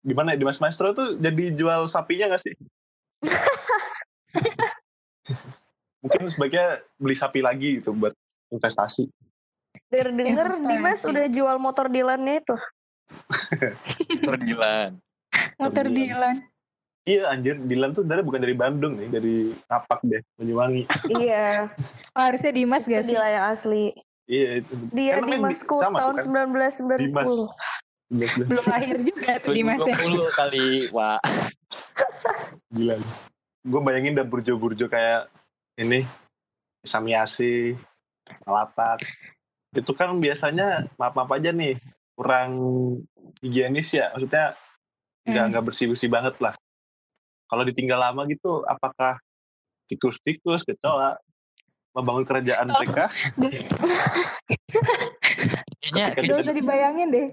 D: Gimana ya, Dimas Maestro tuh jadi jual sapinya gak sih? Mungkin sebaiknya beli sapi lagi gitu buat investasi.
E: Dengar-dengar
C: Investasi.
E: Dimas udah jual motor Dilan-nya itu.
B: terdilan.
C: motor
D: Dilan.
C: Dilan.
D: Iya anjir, Dilan tuh dari bukan dari Bandung nih, dari Kapak deh, Banyuwangi.
E: iya,
C: Oh, harusnya Dimas
E: itu
C: gak sih?
E: Dilan yang asli.
D: Iya, itu.
E: Dia
D: Kan namanya Di-
E: Dimasku
D: sama tuh
E: tahun
D: kan?
E: 1990.
D: Dimas.
C: Belum lahir juga tuh Dimas ya.
B: 2020 kali, Wak.
D: Gila. Gue bayangin udah burjo-burjo kayak ini Samiasi, Malatak. Itu kan biasanya maaf-maaf aja nih, kurang higienis ya. Maksudnya nggak
C: Hmm.
D: nggak bersih-bersih banget lah. Kalau ditinggal lama gitu, apakah tikus-tikus, kecoa, membangun kerajaan
C: Oh.
D: mereka?
B: Kayaknya,
D: Ketika
C: Gak
B: kayaknya,
C: usah dibayangin deh.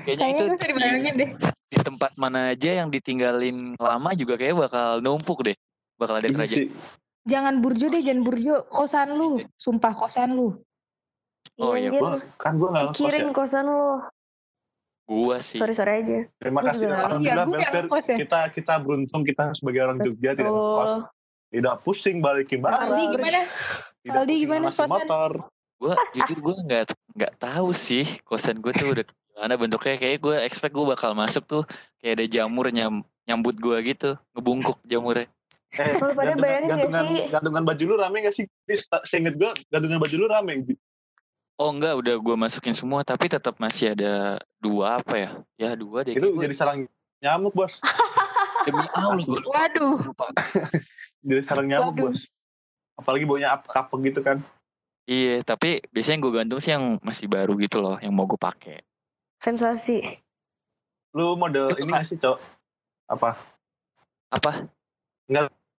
B: kayaknya
C: Kayaknya
B: itu
C: gak usah dibayangin deh.
B: di tempat mana aja yang ditinggalin lama juga kayak bakal numpuk deh. Bakal ada
D: Ini
B: kerajaan.
D: sih,
C: Jangan burjo deh, jangan burjo. Kosan lu. Sumpah kosan lu.
B: Oh, iya,
E: Gin.
D: gua, kan gue nggak ngekos ya.
E: Pikirin kosan lu.
B: Gua sih.
E: Sorry-sorry aja.
D: Terima
E: Gua
D: kasih.
E: juga.
D: Alhamdulillah,
C: Iya, gua yang
D: welfare.
C: ngekos ya.
D: Kita kita beruntung kita sebagai orang Jogja tidak
E: Betul.
D: ngekos. Tidak pusing balikin barang.
C: Aldi gimana?
D: Tidak
C: Aldi,
D: pusing
C: gimana
D: manasin
C: kosan?
D: motor.
B: Gua jujur gua nggak nggak tahu sih kosan gua tuh udah gimana bentuknya. Kayak gua expect gua bakal masuk tuh kayak ada jamur nyam, nyambut gua gitu, ngebungkuk jamurnya.
D: Eh,
E: Lu pada
D: gantungan-
E: bayangin nggak
D: gantungan,
E: sih?
D: gantungan baju lu rame gak sih? Chris? Ta- Seinget gue, gantungan baju lu rame.
B: Oh enggak, udah gua masukin semua tapi tetap masih ada dua apa ya? Ya dua deh.
D: Itu
B: Kayak gua
D: jadi sarang nyamuk, bos.
B: demi Allah gua lupa.
C: Waduh.
B: lupa.
D: Jadi sarang nyamuk,
C: Waduh.
D: bos. Apalagi baunya ap kapek gitu kan.
B: Iya, tapi biasanya gue gantung sih yang masih baru gitu loh, yang mau gue pakai.
E: Sensasi.
D: Lu model
B: Itu
D: ini
B: kan-
D: gak sih, cowok? Apa?
B: Apa?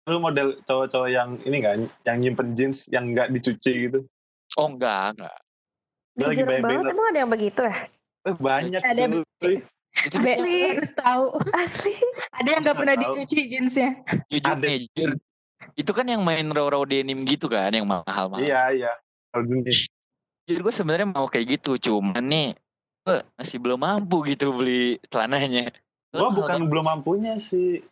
D: Lu model cowok-cowok yang ini gak? Yang nyimpen jeans, yang gak dicuci gitu.
B: Oh enggak, enggak.
D: Gua lagi
E: Dijeruk
D: bayang-bayang
E: banget, emang ada yang begitu ya?
D: Eh, banyak
C: Ada
D: cuy.
B: Itu
C: Be,
B: dia
C: lu harus tahu.
E: Asli.
C: Ada yang gak
D: Nggak
C: pernah
D: tahu.
C: dicuci jeansnya.
B: jujur
D: Ada.
B: nih, jujur. Itu kan yang main raw-raw denim gitu kan, yang mahal-mahal.
D: Iya, iya. Kalau dunia.
B: Jujur gue sebenarnya mau kayak gitu, cuman nih gue masih belum mampu gitu beli celananya.
D: Gue
B: Mahal
D: bukan
B: banget.
D: belum mampunya sih.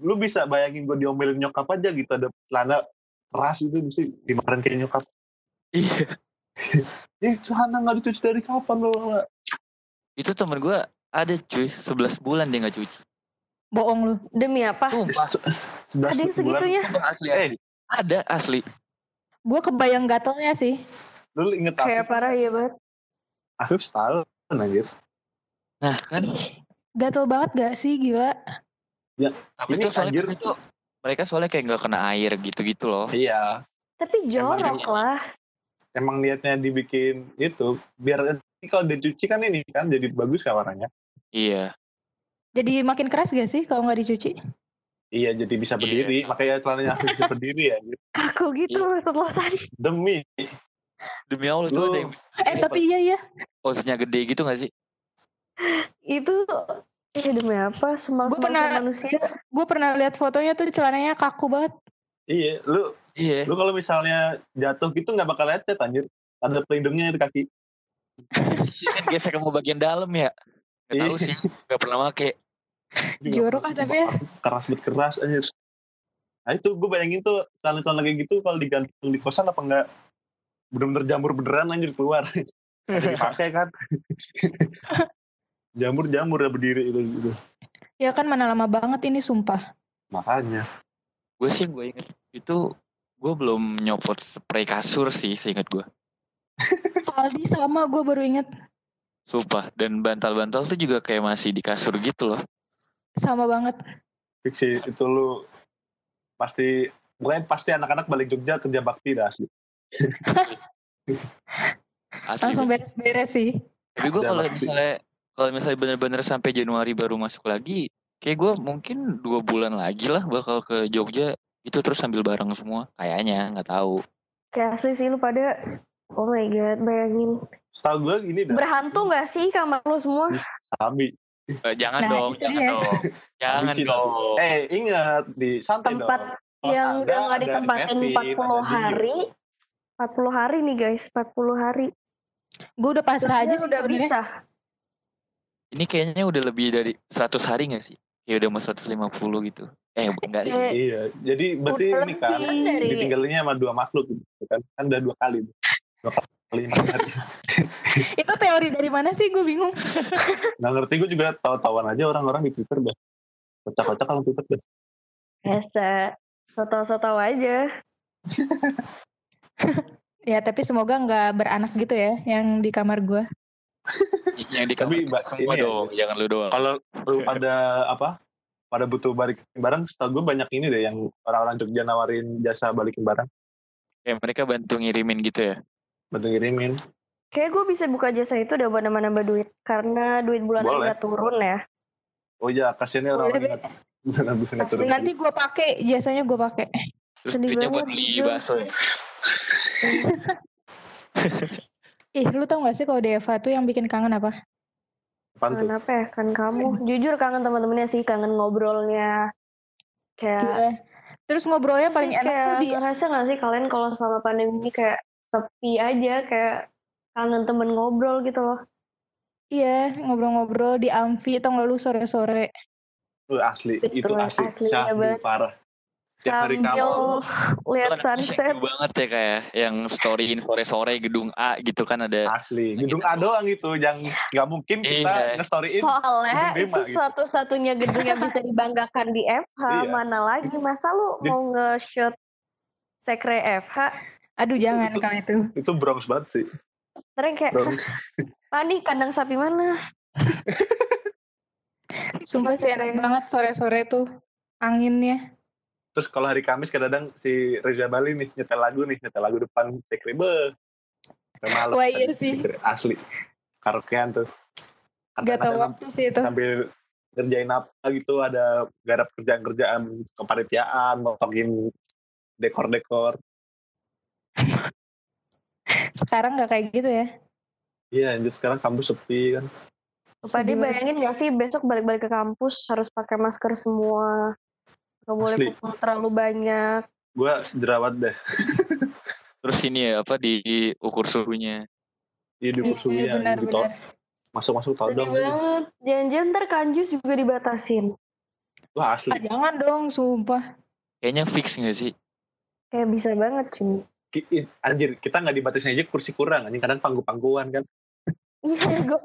D: Lu bisa bayangin gue diomelin nyokap aja gitu. Ada celana keras itu mesti dimarahin kayak nyokap.
B: Iya.
D: Eh celana gak dicuci dari kapan lu?
B: Itu temen gue ada cuy, 11 bulan dia gak cuci.
C: Bohong lu.
E: Demi
D: Ah,
E: apa?
B: Sumpah,
D: Eh, Se- se- Sebelas
E: Ada yang ya?
D: bulan.
E: segitunya?
B: itu asli
D: Eh.
B: asli. Ada asli.
C: Gue kebayang gatelnya sih.
D: Lu inget
E: Kayak
D: Afif?
E: parah ya banget.
D: Afif setahun anjir.
B: Nah kan,
C: Ih, gatel banget gak sih gila?
B: tapi
D: Ini
B: itu soalnya
D: anjir.
B: pas itu mereka soalnya kayak nggak kena air gitu-gitu loh.
D: Iya.
E: Tapi jorok
B: Emang-
E: lah.
D: Emang niatnya dibikin itu. Biar nanti kalau dicuci kan ini kan jadi bagus ya warnanya.
B: Iya.
C: Jadi makin keras gak sih kalau nggak dicuci?
D: Iya jadi bisa berdiri.
B: Iya.
D: Makanya celananya Afif bisa berdiri ya.
E: Kaku gitu maksud lo tadi.
D: Demi.
B: Demi Allah tuh
D: Lu-
B: ada yang
C: Eh tapi iya ya.
B: posnya gede gitu gak sih?
E: itu ya demi apa semalas
C: pernah-
E: manusia
C: Gue pernah lihat fotonya tuh celananya kaku banget.
D: Iya, lu
B: Iya.
D: lu kalau misalnya jatuh gitu nggak bakal lecet anjir. Ada pelindungnya di kaki.
B: kan gesek mau bagian dalam ya. Gak tahu
D: Iya.
B: sih, gak pernah make.
C: Jorok ah tapi ya.
D: Keras banget keras anjir. Nah itu gue bayangin tuh celana-celana kayak gitu kalau digantung di kosan apa enggak bener-bener jamur beneran anjir keluar. Ada dipakai kan. Jamur-jamur udah berdiri itu gitu.
C: Ya kan mana lama banget ini sumpah.
D: Makanya.
B: Gue sih gue inget itu gue belum nyopot spray kasur sih seingat gue.
C: Aldi sama gue baru inget
B: Sumpah. Dan bantal-bantal tuh juga kayak masih di kasur gitu loh.
C: sama banget.
D: Fiksi itu lu pasti bukan pasti anak-anak balik Jogja kerja bakti dah asli.
B: Asli.
C: Langsung beres-beres sih.
B: Tapi gue
D: Udah
B: kalau
D: pasti.
B: misalnya kalau misalnya bener-bener sampai Januari baru masuk lagi, kayak gue mungkin dua bulan lagi lah bakal ke Jogja itu terus sambil bareng semua kayaknya nggak tahu
E: kayak asli sih lu pada oh my god bayangin
D: Setahu gue gini dah.
E: berhantu nggak sih kamar lu semua
D: Sabi.
B: Eh, jangan
C: Nah,
B: dong
C: itu
B: jangan
C: dia.
B: dong jangan
D: Habis itu.
B: dong
D: Eh ingat di santai
E: tempat
D: dong. Kalau
E: yang
D: ada,
E: udah nggak
D: ada
E: ditempatin 40
D: Kevin, ada Dio.
E: hari 40 hari nih guys 40 hari
C: Gue udah pasrah aja
E: Jogja
C: sih
E: udah
C: sebenarnya.
E: bisa
B: ini kayaknya udah lebih dari 100 hari nggak sih ya udah mau 150 gitu eh enggak sih
E: Eh,
D: Iya, jadi berarti
E: Udah
D: ini kan
E: lebih. Dari-
D: ditinggalinnya sama dua makhluk gitu kan. Kan udah dua kali. Dua kali empat hari.
C: Itu teori dari mana sih gue bingung.
D: Nggak ngerti gue juga tahu-tahuan aja orang-orang di Twitter dah. Kocak-kocak kalau Twitter dah.
E: biasa soto-soto aja
C: Ya tapi semoga nggak beranak gitu ya yang di kamar gue.
B: yang di kamar
D: Tapi,
B: kita
D: Mbak,
B: semua
D: ini ya,
B: dong jangan lu doang
D: Kalau lu pada apa? Pada butuh balikin barang, setahu gue banyak ini deh yang orang-orang Jogja nawarin jasa balikin barang,
B: kayak mereka bantu ngirimin gitu ya
D: bantu ngirimin.
E: kayak gue bisa buka jasa itu udah mana nambah duit karena duit bulanan
D: Boleh.
E: nggak turun ya
D: Oh iya, kasihan ya orang-orang
C: Boleh,
D: ingat. Nabung
E: Pasti
D: turun.
C: Nanti gue pakai jasanya gue pakai.
B: terus
E: Sedih
B: duitnya buat
E: banget,
B: beli
E: jujur.
B: bakso ya
C: Ih lu tau gak sih kalau Deva tuh yang bikin kangen apa?
D: Apaan tuh?
E: kangen apa ya kan kamu jujur kangen teman-temannya sih kangen ngobrolnya kayak
C: Iya. Terus ngobrolnya paling
E: Terus
C: enak
E: kayak
C: tuh di
E: ngerasa gak sih kalian kalau selama pandemi ini kayak sepi aja kayak kangen temen ngobrol gitu loh
C: iya ngobrol-ngobrol di Amfi tau gak lu sore-sore.
D: Lu asli,
E: Itu
D: itu
E: lah,
D: asli.
E: aslinya
D: Syahdu
E: banget.
D: parah. Tiap hari
E: sambil
D: kamu.
E: lihat
B: Lu kan
E: sunset
B: syahdu banget ya kayak yang storyin sore-sore gedung A gitu kan ada
D: Asli, gedung A doang itu yang nggak mungkin
B: Iya.
D: kita nge-storyin
E: soalnya
D: gedung Bima
E: itu
D: gitu.
E: satu-satunya gedung yang bisa dibanggakan di FH
D: Iya.
E: mana lagi masa lu
D: Di-
E: mau nge-shoot sekre FH
C: Aduh jangan
D: itu-
C: kalau itu.
D: itu Bronx banget sih
E: terus kayak
D: Bronx
E: "Hah, nih kandang sapi mana
C: Sumpah sih enak banget sore-sore tuh anginnya.
D: terus kalau hari Kamis kadang-kadang si Reza Bali nih nyetel lagu nih nyetel lagu depan Sekre be sampai malam
C: Wah, iya
D: tadi,
C: sih.
D: Sekre. asli karaokean tuh
C: Gak tau
D: Kadang-kadang
C: waktu sih itu.
D: sambil ngerjain apa gitu ada garap kerjaan-kerjaan kepanitiaan motongin dekor-dekor
C: Sekarang gak kayak gitu ya.
D: iya anjir sekarang kampus sepi kan
E: Padi
C: Sedih banget.
E: bayangin gak sih besok balik-balik ke kampus harus pakai masker semua gak boleh
D: Asli.
E: kumpul terlalu banyak
D: gue jerawat deh
B: terus ini ya apa di ukur suhunya
D: iya di
C: Iya,
D: musuhnya gitu.
C: benar-benar.
D: masuk-masuk
E: Sedih
D: todong
E: banget. Janjian ntar kanjus juga dibatasin.
D: wah asli
C: Ah, jangan dong sumpah.
B: kayaknya fix gak sih
E: Kayak bisa banget cuy.
D: Ki- ih, anjir kita nggak dibatasin aja kursi kurang anjing kadang pangku pangkuan kan
E: Iya, gue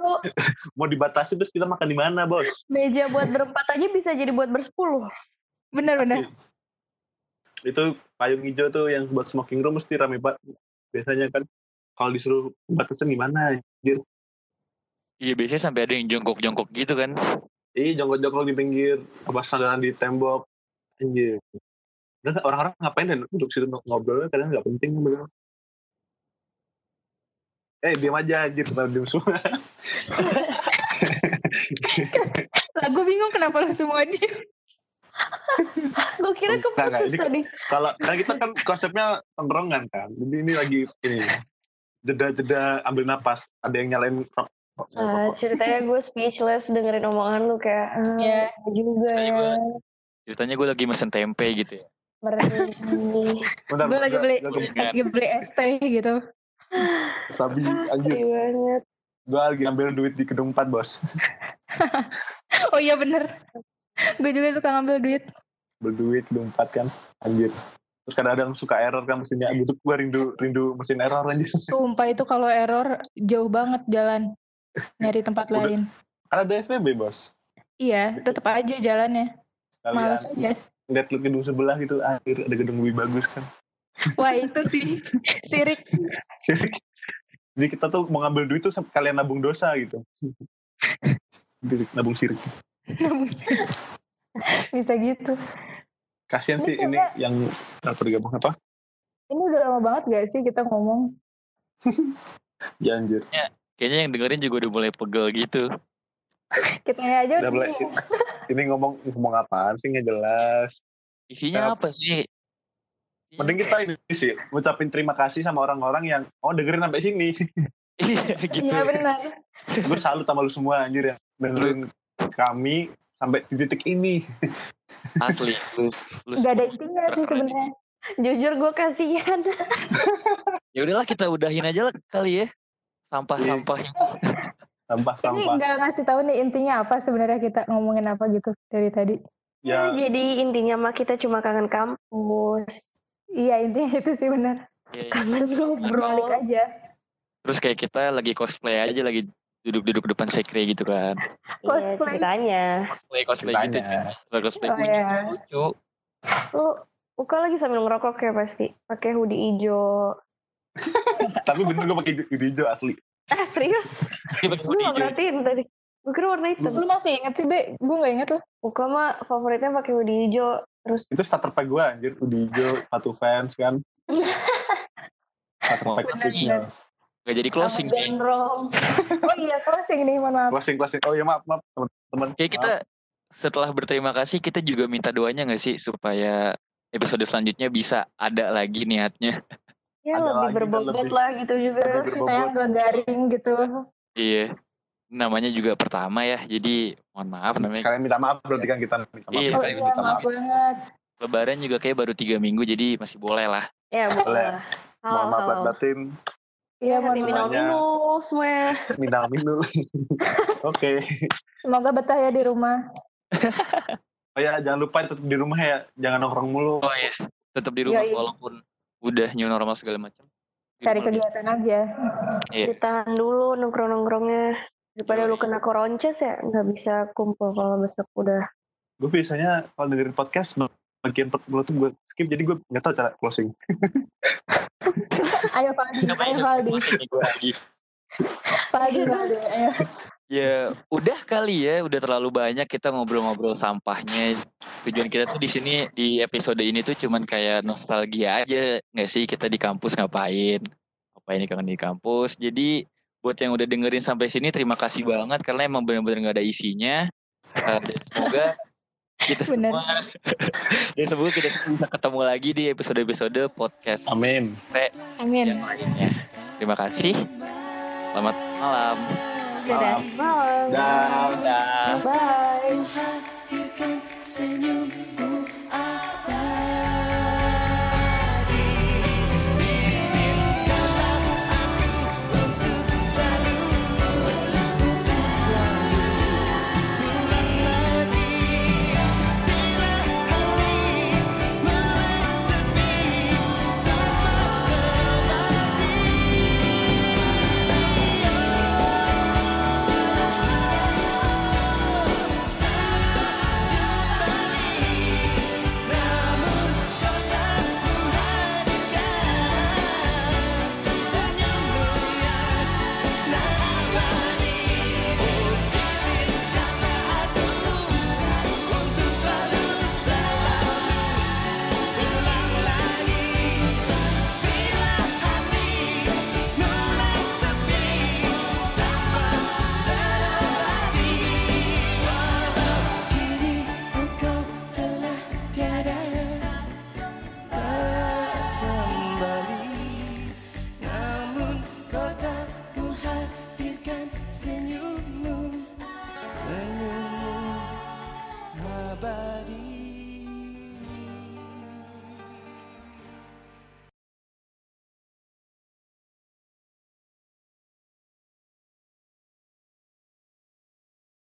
D: mau dibatasi terus kita makan di mana bos
E: meja buat berempat aja bisa jadi buat bersepuluh.
C: Bener-bener.
D: Iya. itu payung hijau tuh yang buat smoking room mesti rame banget biasanya kan kalau disuruh batasin gimana anjir
B: Iya biasanya sampai ada yang jongkok-jongkok gitu kan.
D: Iya. ih jongkok-jongkok di pinggir apa sandaran di tembok anjir dan orang-orang ngapain dan duduk situ ngobrol kadang nggak penting kan bener eh diam aja anjir kita diam semua
C: Lah gue bingung kenapa lu semua di
E: Gue kira
D: Oh, Enggak, enggak.
E: keputus
D: Ini-
E: tadi.
D: kalau karena kita kan konsepnya tongkrongan kan jadi ini lagi ini jeda-jeda ambil napas ada yang nyalain rok
B: rokok, saya
E: Ah,
B: rokok.
E: ceritanya gue speechless dengerin omongan lu kayak ah,
C: Iya.
E: juga
B: Saya
E: ya
B: juga. Ceritanya gue lagi mesen tempe gitu ya.
E: merinding
C: Ah,
D: Bentar,
C: Gua lagi beli.
D: Gue
B: Dengan
C: lagi beli es teh gitu
D: sabi,
E: Ah,
D: anjir.
E: sedih banget
D: Gue lagi ambil duit di gedung 4, bos.
C: oh iya bener gue juga suka ngambil duit
D: Berduit gedung 4 kan, anjir. Terus kadang-kadang suka error kan mesinnya. Gitu gue rindu rindu mesin error anjir.
C: sumpah itu kalau error jauh banget jalan nyari tempat
D: Udah.
C: lain
D: Karena ada FVB, bos.
C: iya tetap aja jalannya
D: Kalian
C: males aja
D: lihat lihat gedung sebelah gitu, anjir ada gedung lebih bagus kan.
C: wah itu sih sirik
D: Jadi, jadi kita tuh mau ngambil duit tuh kalian nabung dosa gitu. nabung sirik.
C: bisa gitu
D: Kasian sih ini yang tak tergabung apa?
C: ini udah lama banget gak sih kita ngomong
D: Ya anjir.
B: Kayaknya yang dengerin juga udah mulai pegel gitu.
C: kita aja
D: Udah mulai. gitu. Ini ngomong ngomong apaan sih nggak jelas.
B: Isinya
D: Nah,
B: apa sih? Isinya
D: Mending kita ini sih ngucapin terima kasih sama orang-orang yang oh dengerin sampai sini.
B: Iya gitu.
C: iya benar
D: Gue salut sama lu semua anjir yang dengerin kami sampai di titik ini.
B: Asli. Lu, lu
C: nggak ada intinya sih sebenarnya
E: jujur gue kasihan
B: Ya udahlah kita udahin aja lah kali ya. Sampah-sampah yang
C: ini
D: Sampah-sampah.
C: nggak ngasih tahu nih intinya apa sebenarnya kita ngomongin apa gitu dari tadi
D: Ya
E: jadi intinya mah kita cuma kangen kampus
C: iya intinya itu sih benar
B: ya, ya.
E: kangen
C: balik
E: ngobrol
C: aja
B: terus kayak kita lagi cosplay aja lagi duduk-duduk depan sekre gitu kan.
E: ya,
C: cosplay
E: ceritanya
B: Cosplay cosplay gitu.
D: Ceritanya.
B: Cosplay cosplay
C: Oh,
B: kunyit,
C: iya.
B: lucu.
E: lu Uka lagi sambil ngerokok ya pasti pakai hoodie hijau
D: tapi bener gue pakai hoodie hijau asli.
E: ah serius
B: Dia pakai
E: gue
B: hoodie
E: gak
C: Iya,
B: hijau.
E: perhatiin tadi gue kira warna hitam
C: lu masih inget sih be gue nggak inget loh
E: Uka mah favoritnya pakai hoodie hijau terus
D: Itu starter pack gue anjir hoodie hijau, sepatu fans kan. starter
B: Mau
D: pack
C: apa nih?
D: hijau.
B: Gak jadi closing
C: iya.
E: sama
B: nih.
E: gondrong
C: oh iya closing nih mohon maaf
D: Closing closing. Oh ya maaf maaf teman-teman.
B: Kayak kita setelah berterima kasih kita juga minta doanya gak sih supaya episode selanjutnya bisa ada lagi niatnya.
E: ya
D: Ada
E: lebih
D: lagi dan
E: berbobot
D: lebih.
E: lah gitu juga
D: Lebih
C: terus kita yang nggak garing gitu
B: Iya. Namanya juga pertama ya. Jadi mohon maaf namanya
D: Kalian minta maaf berarti kan kita minta maaf.
B: Iya,
C: oh
B: kita
C: iya maaf banget
B: Lebaran juga kayak baru tiga minggu jadi masih boleh lah.
E: ya
D: Boleh.
E: boleh lah.
D: Mohon maaf
E: Halo,
D: lahir
E: halo.
D: batin,
C: iya mohon
E: Hati
C: maaf.
E: minum minum
D: semuanya.
E: semuanya
D: minal minul. Oke.
C: semoga betah ya di rumah
D: Oh ya jangan lupa tetap di rumah ya, jangan nongkrong mulu.
B: Oh iya. Tetap di rumah
C: Yoi.
B: walaupun udah new normal segala macam. Di
C: cari
B: rumah lebih-
C: kegiatan aja
B: Iya.
E: ditahan dulu nongkrong nongkrongnya daripada lu
B: Yoi.
E: kena koronces ya nggak bisa kumpul kalau besok udah
D: Gue biasanya kalau dengerin podcast bagian pertama tuh gue skip jadi gue nggak tahu cara closing.
C: ayo Faldi
B: Apa
C: ayo
B: ini?
C: Faldi
B: Masih nih gua ya? lagi.
C: Faldi Faldi ayo
B: Ya udah kali ya, udah terlalu banyak kita ngobrol-ngobrol sampahnya. Tujuan kita tuh di sini di episode ini tuh cuman kayak nostalgia aja nggak sih kita di kampus ngapain, ngapain di kangen di kampus. Jadi buat yang udah dengerin sampai sini terima kasih banget karena emang benar-benar nggak ada isinya. Eh, dan semoga kita
C: Bener.
B: semua dan semoga kita semua bisa ketemu lagi di episode-episode podcast
D: Amin.
B: yang
C: amin
B: lainnya. Terima kasih. Selamat malam.
E: dadah malam
D: Dah.
B: Dadah.
E: bye
A: Hadirkan senyum